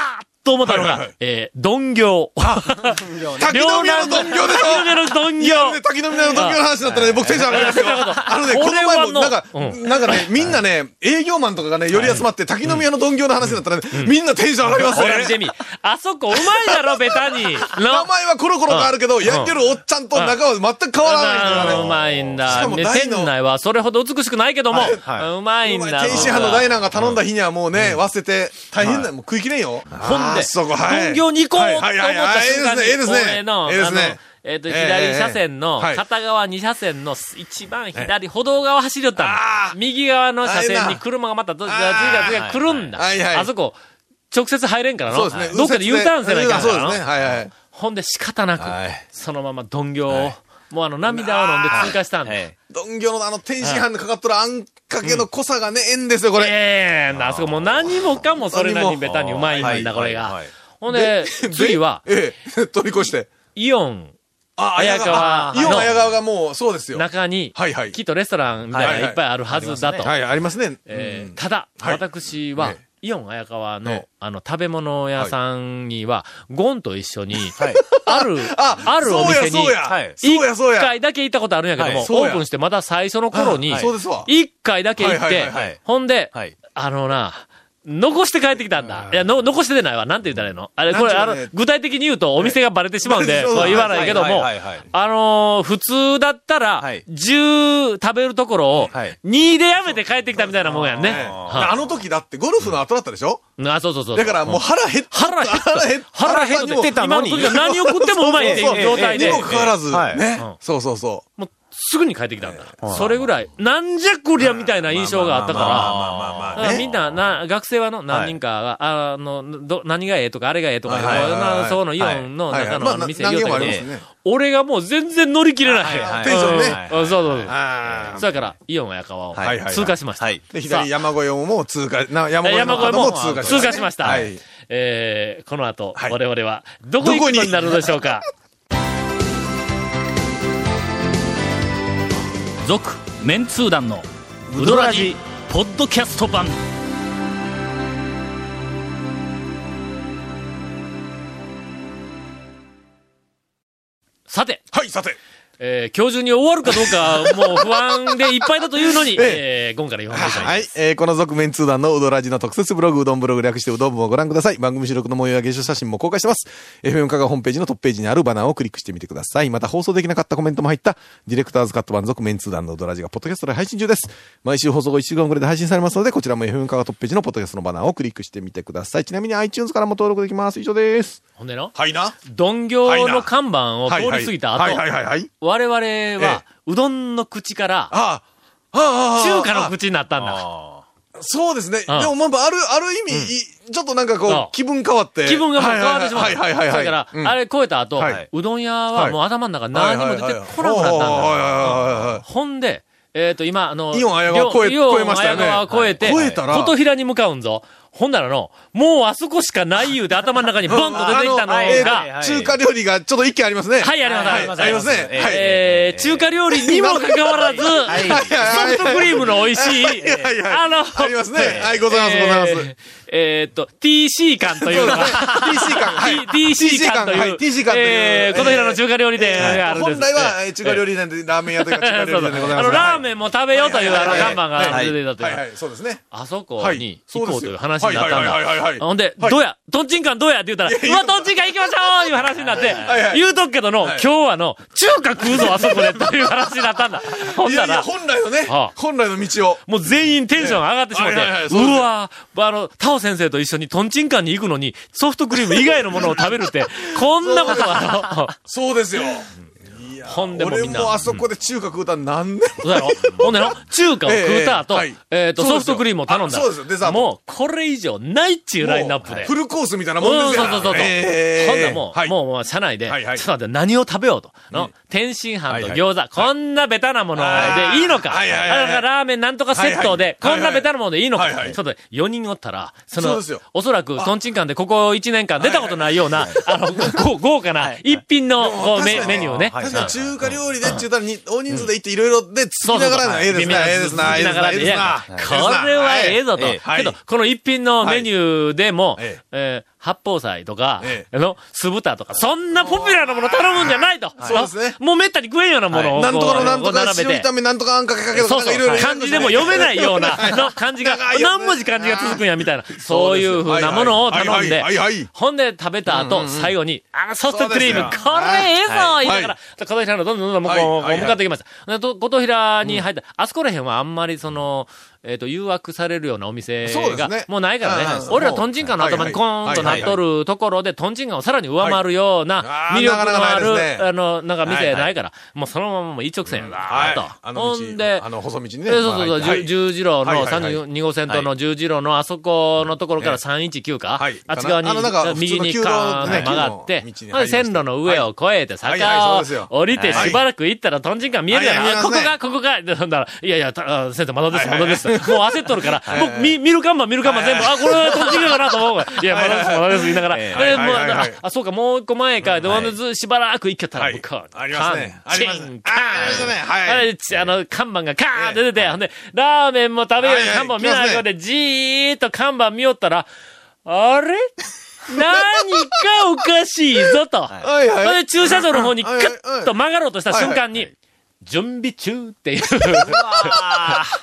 [SPEAKER 3] と思ったの
[SPEAKER 4] はいはい
[SPEAKER 3] が
[SPEAKER 4] はい、
[SPEAKER 3] えー、どんぎょう。
[SPEAKER 4] 滝の宮のドン行でしょ
[SPEAKER 3] 滝の宮のどん
[SPEAKER 4] い
[SPEAKER 3] ぎょ
[SPEAKER 4] や、
[SPEAKER 3] う
[SPEAKER 4] ね、。滝の宮の東京の話だったらね、僕テンション上がりますよ。あのね、この前も、なんか、
[SPEAKER 3] 俺は
[SPEAKER 4] なんかね、みんなね、営業マンとかがね、寄り集まって、滝の宮の東京の話だったらね、みんなテンション上がりま す
[SPEAKER 3] ほら見て
[SPEAKER 4] ね。
[SPEAKER 3] み。あそこうまいだろ、ベタ に。
[SPEAKER 4] 名
[SPEAKER 3] な
[SPEAKER 4] 前はコロコロがあるけど、やってるおっちゃんと中は全く変わらないから
[SPEAKER 3] あ
[SPEAKER 4] ね。
[SPEAKER 3] うまいん
[SPEAKER 4] し
[SPEAKER 3] だ。
[SPEAKER 4] かも
[SPEAKER 3] ね
[SPEAKER 4] 大
[SPEAKER 3] 店
[SPEAKER 4] の
[SPEAKER 3] 内はそれほど美しくないけども、
[SPEAKER 8] はい
[SPEAKER 3] あうまいん
[SPEAKER 4] 天
[SPEAKER 3] だ。
[SPEAKER 4] 津飯のダイナンが頼んだ日にはもうね、忘れて、大変だよ、もう食いきれんよ。
[SPEAKER 3] ほん
[SPEAKER 4] あ
[SPEAKER 3] で、
[SPEAKER 4] そこ、はい。
[SPEAKER 3] 本業に行こうと思った
[SPEAKER 4] はいはいはいはい
[SPEAKER 3] 瞬間に、
[SPEAKER 4] ええですね、ええですね。
[SPEAKER 3] の、
[SPEAKER 4] ええですね
[SPEAKER 3] あの。えっ、と、
[SPEAKER 4] ええ
[SPEAKER 3] 左車線の、
[SPEAKER 4] ええはい
[SPEAKER 3] 片側2車線の一番左、歩道側走りよったの
[SPEAKER 4] あー
[SPEAKER 3] 右側の車
[SPEAKER 4] あ
[SPEAKER 3] 線
[SPEAKER 4] れ
[SPEAKER 3] に
[SPEAKER 4] な
[SPEAKER 3] 車がまた、ず
[SPEAKER 4] あ
[SPEAKER 3] が
[SPEAKER 4] ー
[SPEAKER 3] ずがずが来るんだ。
[SPEAKER 4] はいはい
[SPEAKER 3] あそこ、直接入れんからの。
[SPEAKER 4] そうですね。
[SPEAKER 3] どっかで U ターンせないかんか
[SPEAKER 4] そう
[SPEAKER 3] ら
[SPEAKER 4] で
[SPEAKER 3] の。
[SPEAKER 4] すね。はいはい。
[SPEAKER 3] ほんで仕方なく、
[SPEAKER 4] はい
[SPEAKER 3] そのまま鈍行を、もうあの、涙を飲んで通過したん
[SPEAKER 8] は
[SPEAKER 3] で。
[SPEAKER 8] い。
[SPEAKER 4] どんぎょのあの天津飯のかかっとるあんかけの濃さがね、ええんですよ、これ。
[SPEAKER 3] ええな、あそこもう何もかもそれなりにベタにうまいんだ、これ
[SPEAKER 8] は
[SPEAKER 3] が
[SPEAKER 8] い。
[SPEAKER 3] ほんで、次は、
[SPEAKER 4] ええ、 取り越して。
[SPEAKER 3] イオン
[SPEAKER 4] あ
[SPEAKER 3] 綾川
[SPEAKER 4] あイオン
[SPEAKER 3] の
[SPEAKER 4] 綾川がもう、そうですよ。
[SPEAKER 3] 中に、
[SPEAKER 4] はいはい
[SPEAKER 3] きっとレストランみたいなのがいっぱいあるはずだと。
[SPEAKER 4] はい、ありますね。
[SPEAKER 3] えー
[SPEAKER 4] うん
[SPEAKER 3] ただ、
[SPEAKER 4] はい
[SPEAKER 3] 私は、
[SPEAKER 4] え
[SPEAKER 3] イオン綾川の、
[SPEAKER 4] ええ
[SPEAKER 3] あの、食べ物屋さんには、ゴンと一緒に、ある、
[SPEAKER 4] あ、
[SPEAKER 3] あるお店に、
[SPEAKER 4] そうや、そうや。
[SPEAKER 8] はい
[SPEAKER 4] そうや、そう
[SPEAKER 3] 一
[SPEAKER 4] や。
[SPEAKER 3] 回だけ行ったことあるんやけども、
[SPEAKER 8] はい
[SPEAKER 4] そう
[SPEAKER 3] オ
[SPEAKER 4] や
[SPEAKER 3] ープンしてまだ最初の頃に
[SPEAKER 4] はい、そうですわ。
[SPEAKER 3] 一回だけ行っ
[SPEAKER 4] はい
[SPEAKER 3] て
[SPEAKER 4] はいはい
[SPEAKER 8] はい、
[SPEAKER 3] ほんで、
[SPEAKER 8] はい。
[SPEAKER 3] あのな、残して帰ってきたんだ。いや、の残してでないわ。なんて言ったらいいのあれ、これ、
[SPEAKER 4] な
[SPEAKER 3] あ
[SPEAKER 4] んて
[SPEAKER 3] の
[SPEAKER 4] 言うのね、
[SPEAKER 3] 具体的に言うとお店がバレてしまうん
[SPEAKER 4] バレ
[SPEAKER 3] で、
[SPEAKER 4] てしまう
[SPEAKER 3] そう言わないけども、
[SPEAKER 8] はいはいはいはい
[SPEAKER 3] あのー普通だったら
[SPEAKER 8] はい、
[SPEAKER 3] 10食べるところを、
[SPEAKER 8] はい
[SPEAKER 3] 2でやめて帰ってきたみたいなもんやんね。
[SPEAKER 4] ええ
[SPEAKER 3] は
[SPEAKER 4] あの時だってゴルフの後だったでしょ
[SPEAKER 3] いあ、そうそうそう。
[SPEAKER 4] だからもう腹減っ
[SPEAKER 3] 腹減った
[SPEAKER 4] 腹減った
[SPEAKER 3] 腹減ってたのに。今の時は何を食ってもうまいっていう状態で
[SPEAKER 4] に、もかかわらず、
[SPEAKER 8] はい
[SPEAKER 4] ね
[SPEAKER 3] うん。
[SPEAKER 4] そうそうそう。
[SPEAKER 3] もうすぐに帰ってきたんだ。それぐらい、なんじゃこりゃみたいな印象があったから、
[SPEAKER 4] まあまあまあ
[SPEAKER 3] だから
[SPEAKER 4] ね。
[SPEAKER 3] みんな、な、学生はの、何人かが、あの、ど、何がええとか、あれがええとか、
[SPEAKER 4] はいはいはいはい
[SPEAKER 3] なそうのイオンの
[SPEAKER 4] はいは
[SPEAKER 3] 中
[SPEAKER 4] い
[SPEAKER 3] の
[SPEAKER 4] ま
[SPEAKER 3] あ
[SPEAKER 4] あ
[SPEAKER 3] の
[SPEAKER 4] な
[SPEAKER 3] 店言うた
[SPEAKER 4] 何軒もあ
[SPEAKER 3] け
[SPEAKER 4] りま
[SPEAKER 3] ど
[SPEAKER 4] すね、
[SPEAKER 3] 俺がもう全然乗り切れない。
[SPEAKER 8] はい
[SPEAKER 4] テンションね
[SPEAKER 3] うんうんそうそうそう。
[SPEAKER 4] あ
[SPEAKER 3] そうやから、イオン綾川を
[SPEAKER 4] はいはいはい
[SPEAKER 3] 通過しました。
[SPEAKER 8] はい
[SPEAKER 4] ーで、
[SPEAKER 3] さあ
[SPEAKER 4] 左山越えをもう通過、な山越え
[SPEAKER 3] 山
[SPEAKER 4] の
[SPEAKER 3] 越え
[SPEAKER 4] 方
[SPEAKER 3] も
[SPEAKER 4] も通過し
[SPEAKER 3] 通過しま
[SPEAKER 4] ま
[SPEAKER 3] し。
[SPEAKER 4] したたね。
[SPEAKER 3] えーこの後、
[SPEAKER 4] はい
[SPEAKER 3] 我々は、どこ行くことになるのでしょう か。
[SPEAKER 1] 続メンツー団のウドラジポッドキャスト版
[SPEAKER 3] さて、
[SPEAKER 4] はい。はい、さて。
[SPEAKER 3] えー今日中に終わるかどうか、もう不安でいっぱいだという のに、えー、今から言わんでしょう。
[SPEAKER 4] はい。えーこの続面通談のうどらじの特設ブログ、うどんブログ略してうどん部をご覧ください。番組収録の模様や芸術写真も公開してます。FM 加賀ホームページのトップページにあるバナーをクリックしてみてください。また放送できなかったコメントも入った、ディレクターズカット版続面通談のうどらじがポッドキャストで配信中です。毎週放送後1週間くらいで配信されますので、こちらも FM 加賀トップページのポッドキャストのバナーをクリックしてみてください。ちなみに iTunes からも登録できます。以上です。
[SPEAKER 3] ほんでの、
[SPEAKER 4] はいな。
[SPEAKER 3] どんぎょうの看板を通り過ぎた後、
[SPEAKER 4] はいはいはいはい。
[SPEAKER 3] 我々は、
[SPEAKER 4] え
[SPEAKER 3] うどんの口から、
[SPEAKER 4] ああ、ああ、
[SPEAKER 3] 中華の口になったんだ。
[SPEAKER 4] そうですね。で
[SPEAKER 3] うん
[SPEAKER 4] も、まあ、ある、ある意味、いちょっとなんか
[SPEAKER 3] そ
[SPEAKER 4] こ
[SPEAKER 3] う
[SPEAKER 4] う、気分変わって。
[SPEAKER 3] 気分がもう変わってしまう。
[SPEAKER 4] はいはいはいはいはい。
[SPEAKER 3] だから、
[SPEAKER 4] うん
[SPEAKER 3] あれ超えた後、
[SPEAKER 4] はいう
[SPEAKER 3] どん屋はもう頭の中
[SPEAKER 4] はい
[SPEAKER 3] 何
[SPEAKER 4] はい
[SPEAKER 3] も
[SPEAKER 4] はい
[SPEAKER 3] 出てこなくなったんだ。
[SPEAKER 4] は
[SPEAKER 3] ほんで、えっ、と、今、あの、
[SPEAKER 4] イオン綾川
[SPEAKER 3] 両
[SPEAKER 4] 越え
[SPEAKER 3] イオン
[SPEAKER 4] 越えましたよね
[SPEAKER 3] 綾川越えて、
[SPEAKER 4] はい越えたら
[SPEAKER 3] 琴平に向かうんぞ。ほんならの、もうあそこしかない言うて頭の中にボンと出てきたのが、
[SPEAKER 4] いはいはいはいあ
[SPEAKER 8] い
[SPEAKER 4] のえ
[SPEAKER 8] は
[SPEAKER 4] ー
[SPEAKER 8] い
[SPEAKER 4] 中華料理がちょっと一軒ありますね。
[SPEAKER 3] はい、あります、
[SPEAKER 8] はい
[SPEAKER 3] あります。
[SPEAKER 4] ありますね。はい。
[SPEAKER 3] えー中華料理にもかかわらず、
[SPEAKER 8] はい
[SPEAKER 3] ソフトクリームの美味しい、
[SPEAKER 4] はいはい
[SPEAKER 3] あの、
[SPEAKER 4] ありますね。はい、ございます、ございます。
[SPEAKER 3] えーっと、TC 館というのが、
[SPEAKER 4] TC 感はい
[SPEAKER 3] TC 館とい
[SPEAKER 4] は
[SPEAKER 3] う、
[SPEAKER 4] い TC 館という
[SPEAKER 3] えー、この平の中華料理店があるんです。
[SPEAKER 4] 本来は、えー中華料理店で、ラーメン屋というか、中華
[SPEAKER 3] えー、
[SPEAKER 4] 料
[SPEAKER 3] そう
[SPEAKER 4] 理
[SPEAKER 3] そう
[SPEAKER 4] 店でござい
[SPEAKER 3] あ
[SPEAKER 4] ます。
[SPEAKER 3] の、ラーメンも食べようという、あの、
[SPEAKER 4] はい
[SPEAKER 3] 看板が
[SPEAKER 8] はい
[SPEAKER 3] 出てたと
[SPEAKER 4] はい
[SPEAKER 3] い
[SPEAKER 4] は
[SPEAKER 3] う。
[SPEAKER 4] い、そうですね。
[SPEAKER 3] あそこ
[SPEAKER 4] はい
[SPEAKER 3] に行こうという話
[SPEAKER 4] そ
[SPEAKER 3] に
[SPEAKER 4] です
[SPEAKER 3] な
[SPEAKER 4] よ
[SPEAKER 3] ったん
[SPEAKER 4] はいはいはい
[SPEAKER 3] だ
[SPEAKER 4] はい。はい
[SPEAKER 3] ほんで、どうや、とんちんかんどうやって言うたら、うわ、とんちんかん行きましょういう話になって
[SPEAKER 4] いは、い
[SPEAKER 3] 言うとくけどの、
[SPEAKER 4] は
[SPEAKER 3] 今
[SPEAKER 4] い
[SPEAKER 3] 日はの、中華食うぞ、あそこで、という話になったんだ。ほん
[SPEAKER 4] いや
[SPEAKER 3] ない
[SPEAKER 4] や、
[SPEAKER 3] ら、
[SPEAKER 4] 本来のね
[SPEAKER 3] ああ、
[SPEAKER 4] 本来の道を。
[SPEAKER 3] もう全員テンション上がってしまって、
[SPEAKER 4] ええはいはいはいうそうですね
[SPEAKER 3] わーあの、タオ先生と一緒にトンチンカンに行くのに、ソフトクリーム以外のものを食べるって、こんなことがあ
[SPEAKER 4] そうですよ。
[SPEAKER 3] の、ほんでもう
[SPEAKER 4] 俺
[SPEAKER 3] みんな。
[SPEAKER 4] もあそこで中華食うたん何年
[SPEAKER 3] そうやろほんでの、中華を食うた後、え
[SPEAKER 4] え
[SPEAKER 3] っ
[SPEAKER 4] え、はい
[SPEAKER 3] と、
[SPEAKER 4] そ
[SPEAKER 3] ソ
[SPEAKER 4] うですよ
[SPEAKER 3] フトクリームを頼んだ。
[SPEAKER 4] あそうですよデザート
[SPEAKER 3] もう、これ以上ないっちゅうラインナップで。
[SPEAKER 4] フルコースみたいなもん
[SPEAKER 3] うん、
[SPEAKER 4] です
[SPEAKER 3] そ
[SPEAKER 4] よ
[SPEAKER 3] うそうそうそう。
[SPEAKER 4] えー
[SPEAKER 3] ほんならもう、
[SPEAKER 4] はい
[SPEAKER 3] もう、もう、車内で、
[SPEAKER 4] はいはい
[SPEAKER 3] ちょっと待って、何を食べようと。の、天津飯と餃子、こんなベタなものでいいのか。
[SPEAKER 4] はいはいはいは
[SPEAKER 3] あ
[SPEAKER 4] い
[SPEAKER 3] だからラーメンなんとかセットで、
[SPEAKER 4] はいは
[SPEAKER 3] こん
[SPEAKER 4] い
[SPEAKER 3] なベタなものでいいのか。
[SPEAKER 4] はいはい
[SPEAKER 3] ちょっと、4人おったら、そ
[SPEAKER 4] そう
[SPEAKER 3] の、
[SPEAKER 4] ですよ
[SPEAKER 3] おそらく、とんちんかんでここ1年間出たことないような、あの、こう豪華な一品の、こう
[SPEAKER 4] 確か
[SPEAKER 3] メ
[SPEAKER 4] に
[SPEAKER 3] メニューね。
[SPEAKER 4] 確かに中華料理で、中華に、大人数で行っていろいろで、つ
[SPEAKER 3] そう
[SPEAKER 4] き
[SPEAKER 3] そ
[SPEAKER 4] な
[SPEAKER 3] う
[SPEAKER 4] が
[SPEAKER 3] そう
[SPEAKER 4] らの、ええです
[SPEAKER 3] 微妙
[SPEAKER 4] な、ええですな、え
[SPEAKER 3] つき
[SPEAKER 4] え
[SPEAKER 3] な
[SPEAKER 4] で
[SPEAKER 3] が
[SPEAKER 4] すな、
[SPEAKER 3] ら
[SPEAKER 4] ええ
[SPEAKER 3] で
[SPEAKER 4] ですな。
[SPEAKER 3] これはええぞと。
[SPEAKER 8] え
[SPEAKER 4] え
[SPEAKER 3] けど、この一品のメニューでも、
[SPEAKER 4] ええ
[SPEAKER 3] えー八宝菜とか、
[SPEAKER 4] え
[SPEAKER 3] あの、酢豚とか、そんなポピュラーなもの頼むんじゃないと。
[SPEAKER 4] そうですね
[SPEAKER 3] もうめったに食えんようなものをこう。
[SPEAKER 4] なんとかのなんとか
[SPEAKER 3] こう並
[SPEAKER 4] 塩
[SPEAKER 3] べて
[SPEAKER 4] 炒。め、なんとかあんかけかけとか、
[SPEAKER 3] そう
[SPEAKER 4] なんか
[SPEAKER 3] そ。
[SPEAKER 4] いろいうろ。
[SPEAKER 3] 漢字でも読めないような、 の漢字が、
[SPEAKER 4] 長いよね
[SPEAKER 3] 何文字漢字が続くんや、みたいな。そういう風なものを頼んで
[SPEAKER 4] はいはいはいはいはいはい、
[SPEAKER 3] ほんで食べた後、最後に、あのソフトクリーム、
[SPEAKER 4] そうです
[SPEAKER 3] これええぞ言
[SPEAKER 4] い
[SPEAKER 3] いながら、琴平のどんどんどんどん向
[SPEAKER 4] はい
[SPEAKER 3] こう
[SPEAKER 4] はいはい
[SPEAKER 3] 向かってきました。でと琴平に入った、あそこら辺はあんまりその、えっ、と、誘惑されるようなお店
[SPEAKER 4] そうです
[SPEAKER 3] が
[SPEAKER 4] ね、
[SPEAKER 3] もうないからね
[SPEAKER 4] う。ん
[SPEAKER 3] 俺らトンチンカンの頭にコーンとなっとるところで、トンチンカンをさらに上回るような
[SPEAKER 4] はい
[SPEAKER 3] 魅力のあ
[SPEAKER 4] あーなかなかないです
[SPEAKER 3] る、
[SPEAKER 4] ね
[SPEAKER 3] あの、なんか店ないから、もうそのままもう一直線やな
[SPEAKER 4] は
[SPEAKER 3] ー
[SPEAKER 4] い
[SPEAKER 3] と。
[SPEAKER 4] あの
[SPEAKER 3] ほ
[SPEAKER 4] 道
[SPEAKER 3] んで、
[SPEAKER 4] あの細道にね
[SPEAKER 3] えーそうそうそう、
[SPEAKER 4] まあは
[SPEAKER 3] 十
[SPEAKER 4] い
[SPEAKER 3] 十字路
[SPEAKER 4] はいは
[SPEAKER 3] の
[SPEAKER 4] いはい
[SPEAKER 3] 32号線との十字路のあそこのところから319か、
[SPEAKER 4] はい
[SPEAKER 3] あっち側に
[SPEAKER 4] あのなんか、
[SPEAKER 3] 右に
[SPEAKER 4] 普通の
[SPEAKER 3] カーン
[SPEAKER 4] 旧道のね
[SPEAKER 3] と曲がって、
[SPEAKER 4] 旧の道に入りました
[SPEAKER 3] ほんで線路の上を越えて
[SPEAKER 4] はいはいはい
[SPEAKER 3] 坂
[SPEAKER 4] そ
[SPEAKER 3] を
[SPEAKER 4] うですよ
[SPEAKER 3] 降りて
[SPEAKER 4] はい
[SPEAKER 3] しばらく行ったらトンチンカン見えるや
[SPEAKER 4] はいはい
[SPEAKER 3] ろ。ここ
[SPEAKER 4] 見え
[SPEAKER 3] が、ここが、でほんだら、いやいや、たあ先生まだです、まだです。もう焦っとるから、
[SPEAKER 4] はい
[SPEAKER 3] もう見見る看板見る看板全部、あ、これはトンチンカンかなと思うわ。いや、まだです、まだです、言いながら。
[SPEAKER 4] はい
[SPEAKER 3] えーもう
[SPEAKER 4] はいはいはい
[SPEAKER 3] ああ、そうか、もう一個前か、ドアのずしばらく行けた
[SPEAKER 4] は
[SPEAKER 3] ら、
[SPEAKER 4] い
[SPEAKER 3] 向こうに
[SPEAKER 4] ありますね
[SPEAKER 3] カンチン
[SPEAKER 4] ありますね
[SPEAKER 3] カン
[SPEAKER 4] あありますねはい
[SPEAKER 3] あれちあの、看板がカーンって出て、ほんで、ラーメンも食べよう
[SPEAKER 4] はい
[SPEAKER 3] に
[SPEAKER 4] はい
[SPEAKER 3] 看板見ないようで、じーっと看板見よったら、あれ何かおかしいぞと。
[SPEAKER 4] はいはい
[SPEAKER 3] ほんで、駐車場の方にク
[SPEAKER 4] はいはいはい
[SPEAKER 3] ッと曲がろうとした瞬間に、準備中っていう。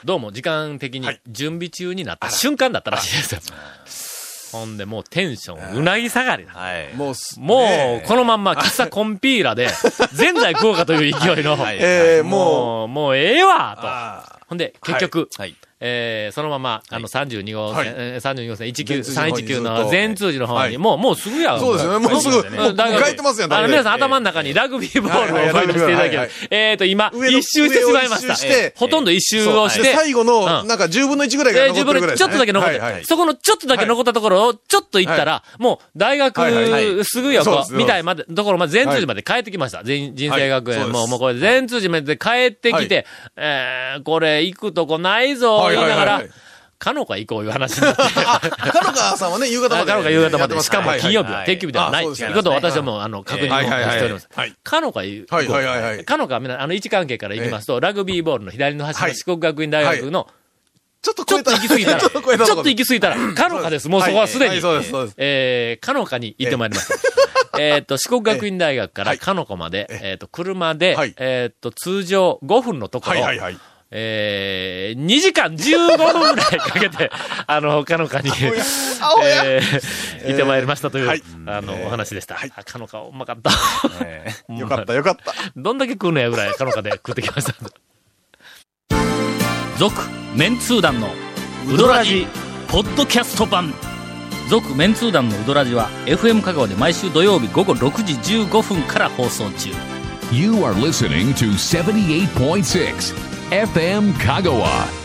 [SPEAKER 3] どうも時間的に準備中になった瞬間だったらしいですよ。ほんで、もうテンション、うなぎ下がりだ。
[SPEAKER 8] はい。
[SPEAKER 4] もうす、
[SPEAKER 3] もう、このまんま、喫茶コンピー ラで、ぜんざい食おうかという勢いの、
[SPEAKER 8] はい
[SPEAKER 4] えー、
[SPEAKER 3] も
[SPEAKER 4] もう、
[SPEAKER 3] う、もうええわ
[SPEAKER 4] あ
[SPEAKER 3] と。ほんで、結局、
[SPEAKER 8] はい。
[SPEAKER 3] えーそのまま、あの、32号
[SPEAKER 4] はい
[SPEAKER 3] 線、えー32号線、
[SPEAKER 4] 善通寺の方に
[SPEAKER 3] 19319
[SPEAKER 4] ずっと
[SPEAKER 3] の全通寺の方
[SPEAKER 4] はい
[SPEAKER 3] に、もう、もうすぐやわ
[SPEAKER 4] そうですよね、もうすぐ、もう
[SPEAKER 3] 大学
[SPEAKER 4] 帰ってますよ、
[SPEAKER 3] あの、
[SPEAKER 4] 大学
[SPEAKER 3] 皆さん頭の中にラグビーボールを思い出していただけ
[SPEAKER 4] は
[SPEAKER 3] る
[SPEAKER 4] い。
[SPEAKER 3] えっと、今、
[SPEAKER 4] 上の
[SPEAKER 3] 一周してしまいまし
[SPEAKER 4] 上を
[SPEAKER 3] た
[SPEAKER 4] 一周して。
[SPEAKER 3] ほとんど一周をし
[SPEAKER 4] で
[SPEAKER 3] て、
[SPEAKER 4] 最後の、
[SPEAKER 3] うん
[SPEAKER 4] なんか10分の1ぐらいが
[SPEAKER 3] え
[SPEAKER 4] 残
[SPEAKER 3] 自
[SPEAKER 4] って
[SPEAKER 3] 分
[SPEAKER 4] るぐら
[SPEAKER 3] で
[SPEAKER 4] い
[SPEAKER 3] ちょっとだけ残って、
[SPEAKER 4] はいはい
[SPEAKER 3] そこのちょっとだけ残ったところを、ちょっと行ったら、もう大学
[SPEAKER 4] はいはい
[SPEAKER 3] すぐ横、
[SPEAKER 4] そうです
[SPEAKER 3] みたいまで、ところまで全通寺まで帰ってきました。全人生学園、
[SPEAKER 4] はいそうです
[SPEAKER 3] もう、もうこれ全通寺まで帰ってきて、えー、これ行くとこないぞ、
[SPEAKER 4] はい
[SPEAKER 3] 言い
[SPEAKER 4] はい
[SPEAKER 3] な
[SPEAKER 4] は
[SPEAKER 3] が
[SPEAKER 4] い
[SPEAKER 3] ら、かのか行こういう話になっ て。
[SPEAKER 4] カノカさんはね、夕方まで。
[SPEAKER 3] かのか夕方ま
[SPEAKER 4] やって
[SPEAKER 3] で、
[SPEAKER 4] す
[SPEAKER 3] しかも
[SPEAKER 4] はい
[SPEAKER 3] 金曜日
[SPEAKER 8] は
[SPEAKER 3] はい定休日ではない。
[SPEAKER 4] あ
[SPEAKER 3] と
[SPEAKER 4] そうですね
[SPEAKER 3] いうことを私はもう、あの、確認
[SPEAKER 4] はいはい
[SPEAKER 3] を
[SPEAKER 4] はい
[SPEAKER 3] しております
[SPEAKER 4] はい。
[SPEAKER 3] かのか行こ
[SPEAKER 4] は
[SPEAKER 3] う
[SPEAKER 4] いはいはいはい。
[SPEAKER 3] かのかはみんな、あの、位置関係から行きますと、ラグビーボールの左の端の四国学院大学の、
[SPEAKER 4] ちょっと
[SPEAKER 3] ち
[SPEAKER 4] 超
[SPEAKER 3] ょ
[SPEAKER 4] え
[SPEAKER 3] っと
[SPEAKER 4] た
[SPEAKER 3] 行き過ぎたら、
[SPEAKER 4] ち
[SPEAKER 3] ち
[SPEAKER 4] ょ
[SPEAKER 3] ょ
[SPEAKER 4] っと 超えた
[SPEAKER 3] っと行き過ぎたら、かのかです。もうそこはすで
[SPEAKER 4] は
[SPEAKER 3] に
[SPEAKER 4] い、そうです、そうです。
[SPEAKER 3] えー、かのかに行ってまいりました。 えっと、四国学院大学か
[SPEAKER 4] は
[SPEAKER 3] ら
[SPEAKER 4] い
[SPEAKER 3] かのかまで、えっと、車で
[SPEAKER 4] はい、
[SPEAKER 3] えっと、通常5分のとこ
[SPEAKER 4] は
[SPEAKER 3] ろ
[SPEAKER 4] い、はいはい。
[SPEAKER 3] えー、2時間15分ぐらいかけて、 あの、かのかに、えー、行ってまいりましたという、
[SPEAKER 4] はい
[SPEAKER 3] あの、お話でした。あかのか、うまかった。
[SPEAKER 4] よかった、よかった。
[SPEAKER 3] どんだけ食うのやぐらい、かのかで食ってきました。
[SPEAKER 1] 続メンツー団のウドラジポッドキャスト版続メンツー団のウドラジは FM 香川で毎週土曜日午後6時15分から放送中
[SPEAKER 2] You are listening to 78.6 FM Kagawa.